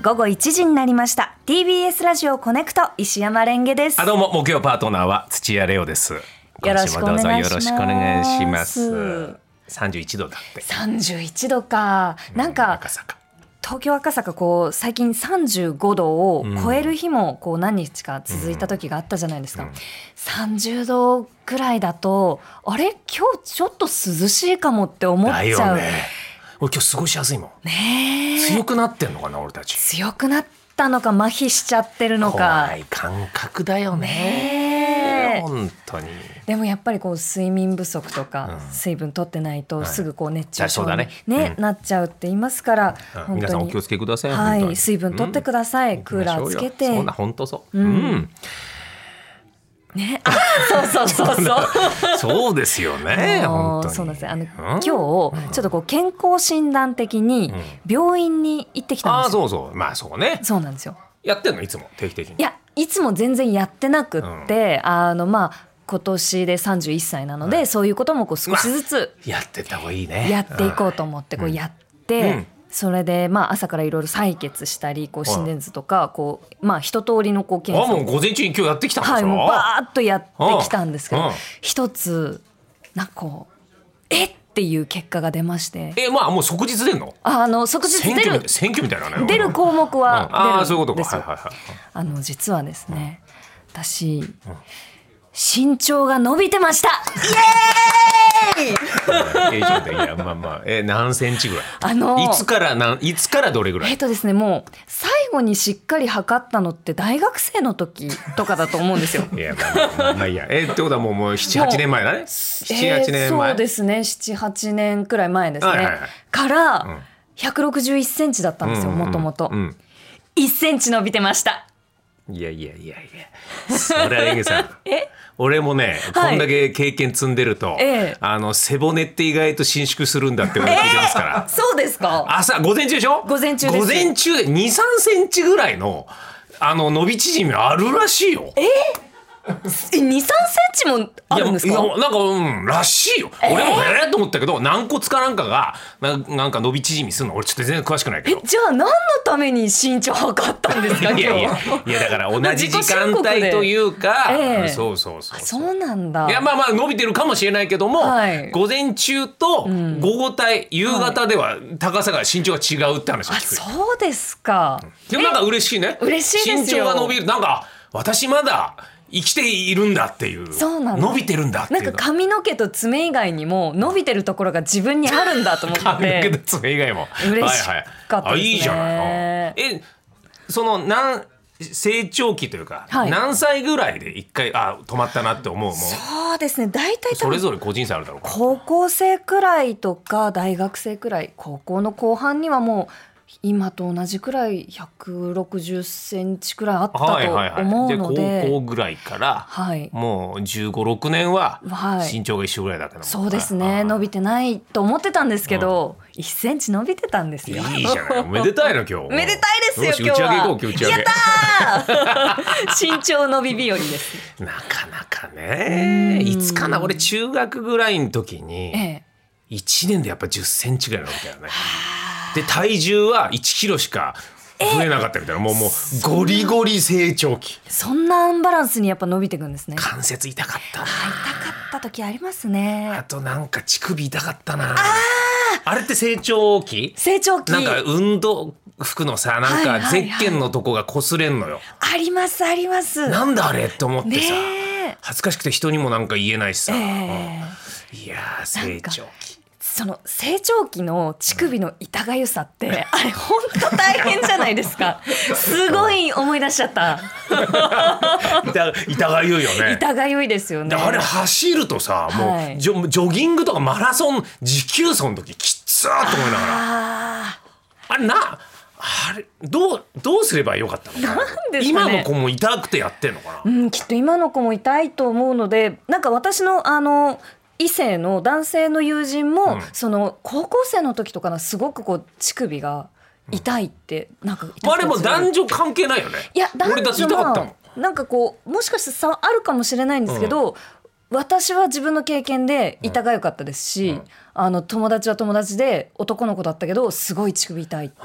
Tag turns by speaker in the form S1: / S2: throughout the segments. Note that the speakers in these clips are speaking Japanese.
S1: 午後1時になりました TBS ラジオコネクト石山レンゲです
S2: あ
S1: よ
S2: どうも木曜パートナーは土屋レオです。
S1: ろしくお願いします
S2: 今週もどうぞよろしくお願いします。三十一度だって。
S1: 31度かなんか
S2: 赤坂。
S1: 東京赤坂こう最近35度を超える日もこう何日か続いた時があったじゃないですか、
S2: うんうん
S1: 30度くらいだとあれ今日ちょっと涼しいかもって思っ
S2: だ
S1: ち
S2: よ
S1: ゃう
S2: ね。俺今日過ごしやすいもん。
S1: ねえ
S2: 強くなってんのかな俺たち。
S1: 強くなったのか麻痺しちゃってるのか
S2: 怖い感覚だよね。
S1: ねえ
S2: 本当に。
S1: でもやっぱりこう睡眠不足とか
S2: うん
S1: 水分取ってないと
S2: い
S1: すぐこう熱中症
S2: だ
S1: に
S2: そうだね
S1: ね
S2: う
S1: なっちゃうって言いますから
S2: うん
S1: 本
S2: 皆さ
S1: 当
S2: んお
S1: に
S2: 気をつけください。
S1: は
S2: 本当
S1: い
S2: に
S1: 水分取ってくださいクーラーつけて
S2: そうだ本当そう。
S1: う
S2: うんん。
S1: ねあそう そうそうそう
S2: そうですよ ね。
S1: あ
S2: 本
S1: の
S2: 当に。
S1: そうなんですよあの今
S2: ん
S1: 日ちょっとこう健康診断的に
S2: うん
S1: 病院に行ってきたん
S2: あ
S1: で
S2: あ
S1: すよ、
S2: そうそう。まあそうね。
S1: そうなんですよ
S2: やってんのいつも定期的に
S1: い。やいつも全然やってなくって、あのまあ今年で31歳なので、そういうこともこう少しずつ
S2: やってた方がいいね。
S1: やっていこうと思ってこうやって、
S2: うん
S1: それでまあ朝からいろいろ採血したりこう心電図とかこうまあ一通りのこう
S2: うん。
S1: 検
S2: あもう
S1: 査
S2: 午前中に今日やってきたんで
S1: はい
S2: しょ。
S1: もうバーッとやってきたんですけ
S2: うんう
S1: ど
S2: ん
S1: 一つなんかこうえっていう結果が出まして
S2: えまあもう即日出んの？
S1: あの即日
S2: 選
S1: 出
S2: 挙み
S1: る
S2: たい選挙みたいなね。
S1: 出る
S2: うん
S1: 項目
S2: あ
S1: は
S2: あ
S1: 出
S2: そうい
S1: る
S2: うこ
S1: ん
S2: と
S1: で
S2: か。
S1: す
S2: はい
S1: よ
S2: はいはい。
S1: あの実はですね、私、身長が伸びてました。イエーイ。
S2: えちょっといやまあまあえ何センチぐらい。
S1: あの
S2: いつからなんいつからどれぐら
S1: えっ
S2: い？
S1: とですね、もう最後にしっかり測ったのって大学生の時とかだと思うん ですよ。
S2: いやまあまあまあまあいいや。えってことはもうもう七八年前だね。七八
S1: えー
S2: 年前。
S1: そうですね、七八年くらい前ですね。
S2: はいはいはい
S1: から、
S2: ん
S1: 161センチだったんですよ、
S2: うんうんうん
S1: もともと
S2: う。ん。
S1: 1センチ伸びてました。
S2: いやいやいやいや。それはレンゲさん。俺もね、
S1: はい
S2: こんだけ経験積んでると、
S1: ええ
S2: あの背骨って意外と伸縮するんだって俺聞いてますから。
S1: そうですか。
S2: 朝午前中でしょ
S1: 午前中です
S2: 午前中で23センチぐらいのあの伸び縮みあるらしいよえ
S1: え、2、3センチもあるんです
S2: いや
S1: か。
S2: なんかうんらしいよ、俺もええと思ったけど軟骨かなんかがななんか伸び縮みするの俺ちょっと全然詳しくないけ
S1: え
S2: ど、
S1: じゃあ、何のために身長測ったんですか、今日。
S2: いやいやいやだ から同じ時間
S1: 自己申告で
S2: 帯というか、
S1: ええ
S2: そうそうそう
S1: そううなんだ。
S2: いやまあまあ伸びてるかもしれないけども、
S1: はい
S2: 午前中と午後帯、夕方では高さが身長が違うって話を
S1: あ、
S2: 聞くよ
S1: そうですか。
S2: でもなんか嬉しいね。
S1: 嬉しいですよ
S2: 身長が伸びる。なんか私まだ生きているんだっていう。
S1: そうなの
S2: 伸びてるんだって
S1: な
S2: いうんの。
S1: か髪の毛と爪以外にも伸びてるところが自分にあるんだと思っ
S2: 髪の毛と
S1: て。
S2: 爪以外も。
S1: 嬉しかったですね
S2: はいはいあいいじゃないの。え、そのなん成長期というか、
S1: はい
S2: 何歳ぐらいで一回あ止まったなって思うもん。
S1: そうですね。大体多
S2: それ
S1: 分
S2: ぞれ個人差あるだろうから。
S1: 高校生くらいとか大学生くらい、高校の後半にはもう今と同じくらい160センチくらいあった
S2: はいはいは
S1: と
S2: い。
S1: 思うの
S2: じゃあ高校
S1: で、
S2: ぐらいから
S1: はい。
S2: もう15、6年は
S1: はい
S2: 身長が一緒ぐらいだったの。
S1: そうです
S2: あ
S1: ね。
S2: あ
S1: 伸びてないと思ってたんですけど、1センチ伸びてたんです
S2: いい
S1: よ。
S2: じゃない。おめでたいの今日。
S1: めでたいですよ
S2: し
S1: 今日は
S2: 打ち上げ行こう今日打ち上げ。
S1: 身長伸び日和です。
S2: なかなかね。いつかな俺中学ぐらいの時
S1: え
S2: に
S1: え。
S2: 1年でやっぱ10センチぐらい伸びたよね。で体重は1キロしか増えなかったみたいなもうもうゴリゴリ成長期。
S1: そんなアンバランスにやっぱ伸びていくんですね。痛か
S2: 関節痛かったな。
S1: った時あります
S2: あ
S1: ね。
S2: となんか乳首痛かったな。あれって成長期？
S1: 成長期
S2: なんか運動服のさなん
S1: はいはいは
S2: かゼ
S1: い
S2: ッケンのとこが擦れんのよ。
S1: ありますあります。
S2: なんだあれって思ってさ。
S1: ねえ。
S2: 恥ずかしくて人にもなんか言えないしさ、
S1: ええ
S2: うんいやー成長期
S1: その成長期の乳首の痛がゆさって、あれ本当大変じゃないです か。すごい思い出しちゃった。
S2: 痛痛がゆいよね
S1: 痛がゆいですよ
S2: で
S1: ね。
S2: あれ走るとさ、
S1: は
S2: も
S1: いう
S2: ジョジョギングとかマラソン持久走の時きつーっと思いながらあ
S1: あ
S2: れなあれどうどうすればよかったのかな
S1: ですかね
S2: 今の子も痛くてやってんのかな
S1: ー、うん、きっと今の子も痛いと思うので、なんか私のあの。異性の男性の友人も、
S2: うん
S1: その高校生の時とかなすごくこう乳首が痛いって、なんか痛くて
S2: まああれも男女関係ないよね
S1: いや
S2: 俺
S1: 男
S2: だって痛かった
S1: 女
S2: もん
S1: もなんかこうもしかして差あるかもしれないんですけど、私は自分の経験で痛が良かったですし、
S2: うん
S1: あの友達は友達で男の子だったけどすごい乳首痛いって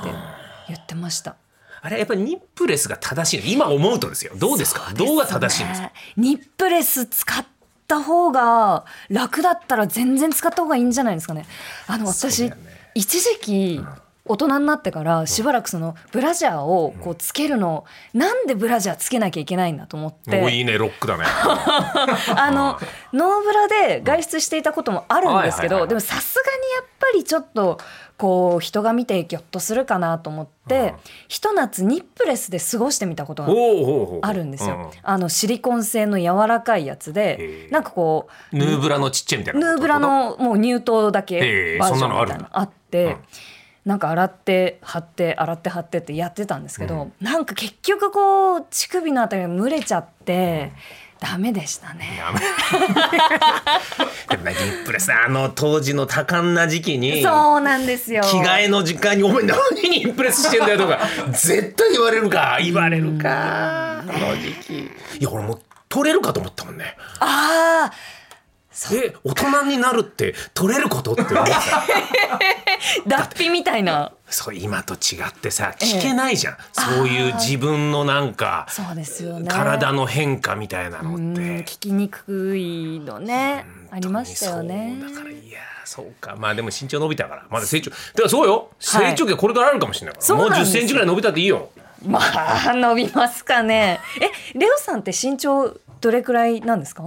S1: 言ってました。
S2: あれはやっぱりニップレスが正しいの今思うとですよどうですかどうが正しいんですか
S1: ねニップレス使った方が楽だったら全然使った方がいいんじゃないですかね。あの
S2: そう
S1: 私、
S2: だよね
S1: 一時期大人になってからしばらくそのブラジャーをこうつけるの、なんでブラジャーつけなきゃいけないんだと思っ
S2: もうい
S1: て
S2: いねロッ クだね
S1: あ のノーブラで外出していたこともあるんですけ
S2: はいはいはいは
S1: ど
S2: い
S1: でもさすがにやっぱりちょっとこう人が見てギョッとするかなと思っ
S2: うん
S1: てひと夏ニップレスで過ごしてみたことが
S2: ほうほうほうほう
S1: あるんですよ、
S2: う
S1: あのシリコン製の柔らかいやつ
S2: へ
S1: で
S2: え
S1: なんかこう
S2: ヌーブラのちっちゃいみたいなこ
S1: ヌ
S2: と
S1: ーブラ のもう乳頭だ
S2: へ
S1: け
S2: え
S1: バージョ
S2: そんな
S1: ン
S2: のあ
S1: みた
S2: る
S1: い
S2: んだ
S1: なのあって、
S2: うん
S1: なんか洗って貼って洗って貼ってってやってたんですけど、なんか結局こう乳首のあたりが蒸れちゃって、ダメでしたね。
S2: やめでもねニップレスあの当時の多感な時期に
S1: そうなんですよ
S2: 着替えの時間に「お前何にインプレスしてんだよ」とか絶対言われるか言われるかあの時期いや俺もう取れるかと思ったもんね
S1: ああ
S2: え大人になるって取れることって思った
S1: 脱皮みたいな
S2: そう今と違ってさ聞けないじゃん、そういう自分のなんか
S1: そうですよね
S2: 体の変化みたいなの
S1: うん
S2: って、
S1: 聞きにくいのねありましたよね
S2: そうだからいやそうかまあでも身長伸びたからまだ成長だからそうよ
S1: はい
S2: 成長期はこれからあるかもしれないから、
S1: そう
S2: も
S1: な
S2: うん1
S1: ですよ
S2: 0ンチぐらい伸びたっていいよ
S1: まあ伸びますかね。え、レオさんって身長どれくらいなんですか？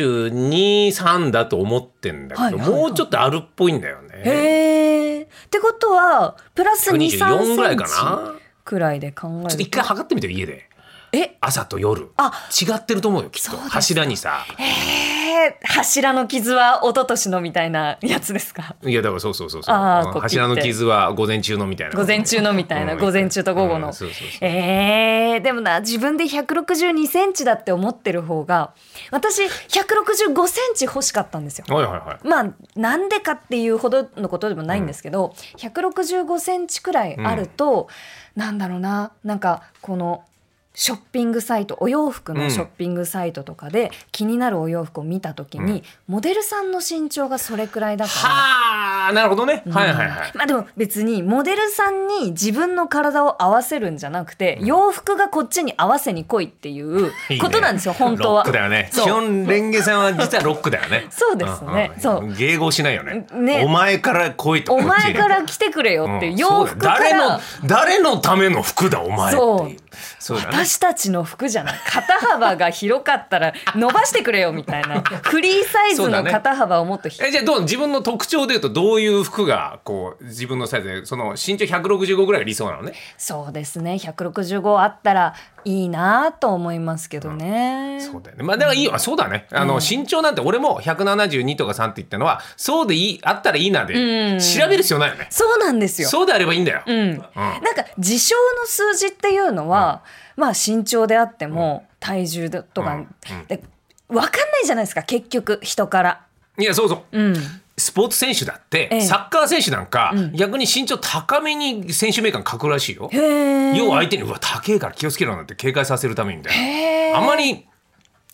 S2: 1723だと思ってんだけど、
S1: はいはいはい
S2: もうちょっとあるっぽいんだよね
S1: へえ。ってことはプラス2、3
S2: 124ぐら
S1: セ
S2: い
S1: ン
S2: か
S1: チ
S2: な
S1: くらいで考
S2: ちょ
S1: え
S2: っと
S1: る
S2: 一。回測ってみてよ家で
S1: え、
S2: 朝と夜
S1: あ
S2: 違ってると思うよきっ
S1: そ
S2: と
S1: うです
S2: 柱にさ
S1: えー、柱の傷は一昨年のみたいなやつですか？
S2: いやだからそうそうそうそう
S1: あー
S2: うん
S1: こう切って
S2: 柱の傷は午前中のみたいな
S1: 午前中のみたいな、午前中と午後
S2: うん
S1: の。
S2: そうそうそう
S1: えー、でもな自分で162センチだって思ってる方が私165センチ欲しかったんですよ。
S2: はいはいはい
S1: まあなんでかっていうほどのことでもないんですけど、165センチくらいあると、なんだろうななんかこのショッピングサイトお洋服
S2: う
S1: の
S2: ん
S1: ショッピングサイトとかで気になるお洋服を見た時に、モデルさんの身長がそれくらいだから。
S2: はあなるほどね、はいはいはい
S1: まあでも別にモデルさんに自分の体を合わせるんじゃなくて、洋服がこっちに合わせに来いっていう
S2: いいね
S1: ことなんですよ、本当
S2: ロ
S1: は
S2: ック。だよね基
S1: そう
S2: 本レンゲさんは実はロックだよね
S1: そうですね
S2: んん
S1: そう
S2: 迎合しないよね
S1: ね
S2: お前から来いと
S1: お前
S2: こっちに
S1: から来てくれよっていう、
S2: うん
S1: 洋服から
S2: そうだよ誰の誰のための服だお前っていうそうだね
S1: 私たちの服じゃない肩幅が広かったら伸ばしてくれよみたい なフリーサイズの肩幅をもっとひ、
S2: えじゃあどう自分の特徴でいうとどういう服がこう自分のサイズでその身長165ぐらいが理想なのね
S1: そうですね165あったらいいなと思いますけどね、
S2: そうだよねまあだからいいよ、あそうだねあの、身長なんて俺も172とか3って言ったのはそうでいいあったらいいなで、
S1: うん
S2: 調べる必要ないよね
S1: そうなんですよ
S2: そうであればいいんだよ、
S1: うん、なんか自称の数字っていうのは、まあ身長であっても体重だとか、
S2: うん
S1: で分かんないじゃないですか結局人から。
S2: いやそうそう
S1: うん、
S2: スポーツ選手だって、
S1: ええ
S2: サッカー選手なんか、逆に身長高めに選手名鑑書くらしいよ。
S1: へえ
S2: 要は相手に「うわ高えから気をつけろ」なんて警戒させるためにみたい
S1: へ
S2: な。
S1: ー
S2: あまり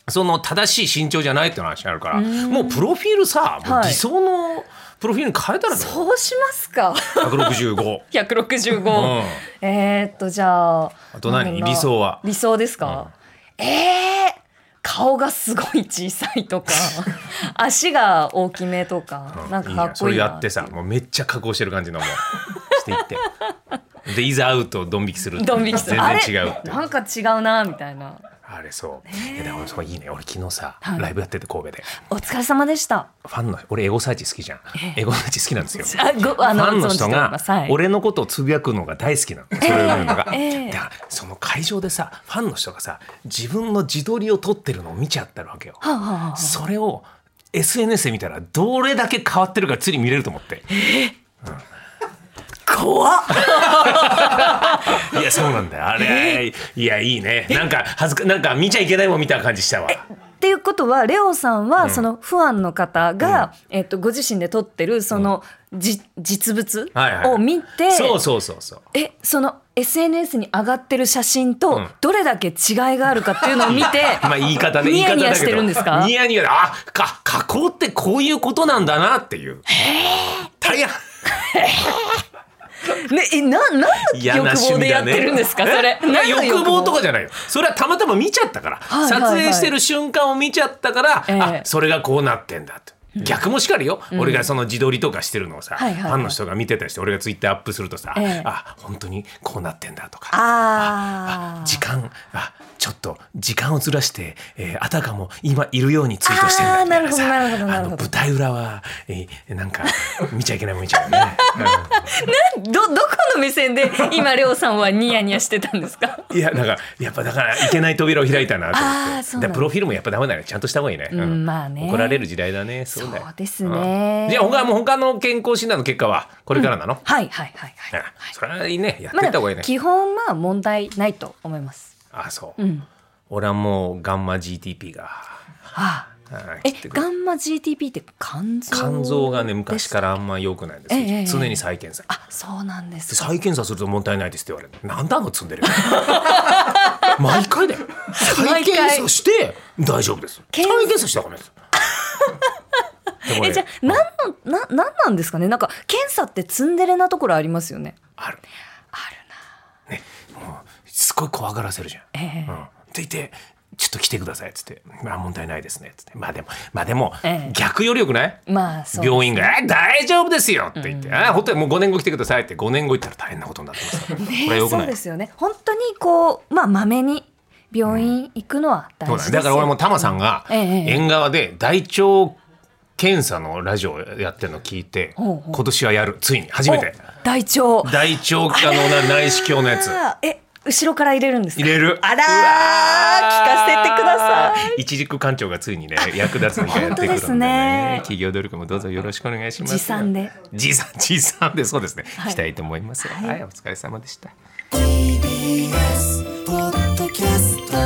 S2: その正しい身長じゃないって話あるからもうプロフィールさもう
S1: はい
S2: 理想のプロフィールに変えたらど
S1: そうします か
S2: う、165。
S1: 165、
S2: うん
S1: えー、っとじゃあ
S2: あと何
S1: なんだろうな
S2: 理想は
S1: 理想ですか、えー顔がすごい小さい とか足が大きめとか、なんかかっこいい
S2: いいねそれ
S1: な
S2: やってさもうめっちゃ加工してる感じのもうしてい ってでいざアウトドン引きするっていう
S1: ドン引きするあ
S2: 全
S1: れ
S2: 然違うっていう
S1: なんか違うなみたいな
S2: あれそういやでもそういいね俺昨日さ
S1: はい
S2: ライブやってて神戸で
S1: お疲れ様でした
S2: ファンの俺エゴサーチ好きじゃん。エゴサーチ好きなんですよ。フ
S1: あごあの
S2: ァンの
S1: 存じて
S2: 人
S1: おり
S2: が
S1: ますはい
S2: 俺のことをつぶやくのが大好きなの。それを読むのが。
S1: ええ
S2: だからその会場でさファンの人がさ自分の自撮りを撮ってるのを見ちゃってるわけよ。
S1: はあはあはあ
S2: それを SNS で見たらどれだけ変わってるかつり見れると思って。
S1: 怖っ
S2: いやそうなんだよ。あれいやいいね。なんか恥ずかなんか見ちゃいけないもん見た感じしたわ。
S1: っていうことはレオさんはそのファンの方が、えっとご自身で撮ってるその、じ実物
S2: はいはい
S1: を見て、
S2: そうそうそうそう。
S1: えその SNS に上がってる写真と
S2: ん
S1: どれだけ違いがあるかっていうのを見て
S2: まあ言い方ね、言
S1: ニ
S2: い
S1: ヤ
S2: 方だけど。
S1: ニヤしてるんですか
S2: ニヤニヤで、あ、か、加工ってこういうことなんだなっていう。大変。
S1: ね、え、な、なんの
S2: 嫌な
S1: 欲
S2: 趣
S1: 望
S2: 味
S1: でや
S2: だ
S1: っ
S2: ね
S1: てるんですか、それ。
S2: いや
S1: 何の
S2: 欲望とかじゃないよそれはたまたま見ちゃったから、
S1: はいはい
S2: 撮
S1: はい
S2: 影してる瞬間を見ちゃったから、
S1: ええ
S2: あそれがこうなってんだと。逆もしかりよ、俺がその自撮りとかしてるのをさ、
S1: はいはいはい
S2: ファンの人が見てたりして俺がツイッターアップするとさ、
S1: ええ
S2: あ本当にこうなってんだとか
S1: あー
S2: 時間あちょっと時間をずらして、えーあたかも今いるようにツイートしてんだみたいなさ
S1: あーなるほどなるほどなるほど
S2: あの舞台裏は、えーなんか見ちゃいけないもん見ちゃうよ ね。うん
S1: ど、どこの目線で、今、りょうさんはニヤニヤしてたんです か。
S2: いやなんかやっぱだからいけない扉を開いたなと
S1: あ
S2: 思
S1: ー
S2: って
S1: そうなんだ
S2: でプロフィールもやっぱダメだよちゃんとした方がいいね,、
S1: うんまあね
S2: 怒られる時代だねそうだよ
S1: そうですね
S2: うんじゃあ他もう他の健康診断の結果はこれからなの、
S1: はい、はい、はい、
S2: う
S1: は
S2: ん
S1: い。
S2: それはいいねやって
S1: ま
S2: った方がいい
S1: だ
S2: ね、
S1: 基本まあ問題ないと思います。
S2: あそう、
S1: うん。
S2: 俺はもうガンマ GTP が
S1: ああ。
S2: あ
S1: え
S2: 切って、くる
S1: ガンマ GTP って肝臓
S2: 肝臓がね昔
S1: ら。
S2: からあんま良くないんですよ、
S1: ええええ
S2: 常に再検査
S1: あ、そうなんですか。
S2: 再検査すると問題ないですって言われるなんだあの積んで る毎回だよ再
S1: 毎回
S2: 検査して大丈夫です再
S1: 検
S2: 検査したらダメです でもね
S1: え、じゃあ、なんの、な、なんなんですかね。なんか検査ってツンデレなところありますよね。
S2: ある
S1: ある
S2: すごい怖がらせるじゃん、
S1: な。ええ
S2: うん、って言ってちょっと来てくださいっつって「まあ問題ないですね」っつってまあでもまあでも、
S1: ええ
S2: 逆よりよくない
S1: まあ、そう。
S2: 病院が「え大丈夫ですよ」って言って「あホテルもう5年後来てください」って5年後行ったら大変なことになってますからこ
S1: ね
S2: れよく
S1: そ
S2: な
S1: う
S2: い
S1: ですよね。本当にこう、まあ、まめに病院行くのは大
S2: そ
S1: 事です
S2: うだね。
S1: よ
S2: だから俺もタマさんが
S1: ええええ
S2: 縁側で大腸検査のラジオやってるの聞いて、
S1: ほうほう
S2: 今年はやるついに初めて
S1: お大腸。
S2: 大腸可能な内視鏡の やつ
S1: あーえ、後ろから入れるんですか。
S2: 入れる。
S1: あらー聞かせてくださ
S2: い。一軸館長がついにね役立つみたいになっ
S1: 本当
S2: てくるの
S1: で
S2: ですね
S1: ね。
S2: 企業努力もどうぞよろしくお願いします。
S1: 持参で。
S2: 持参持参でそうですね。
S1: はい
S2: したいと思います。
S1: はい
S2: はい、お疲れ様でした。
S3: TBS ポッドキャスト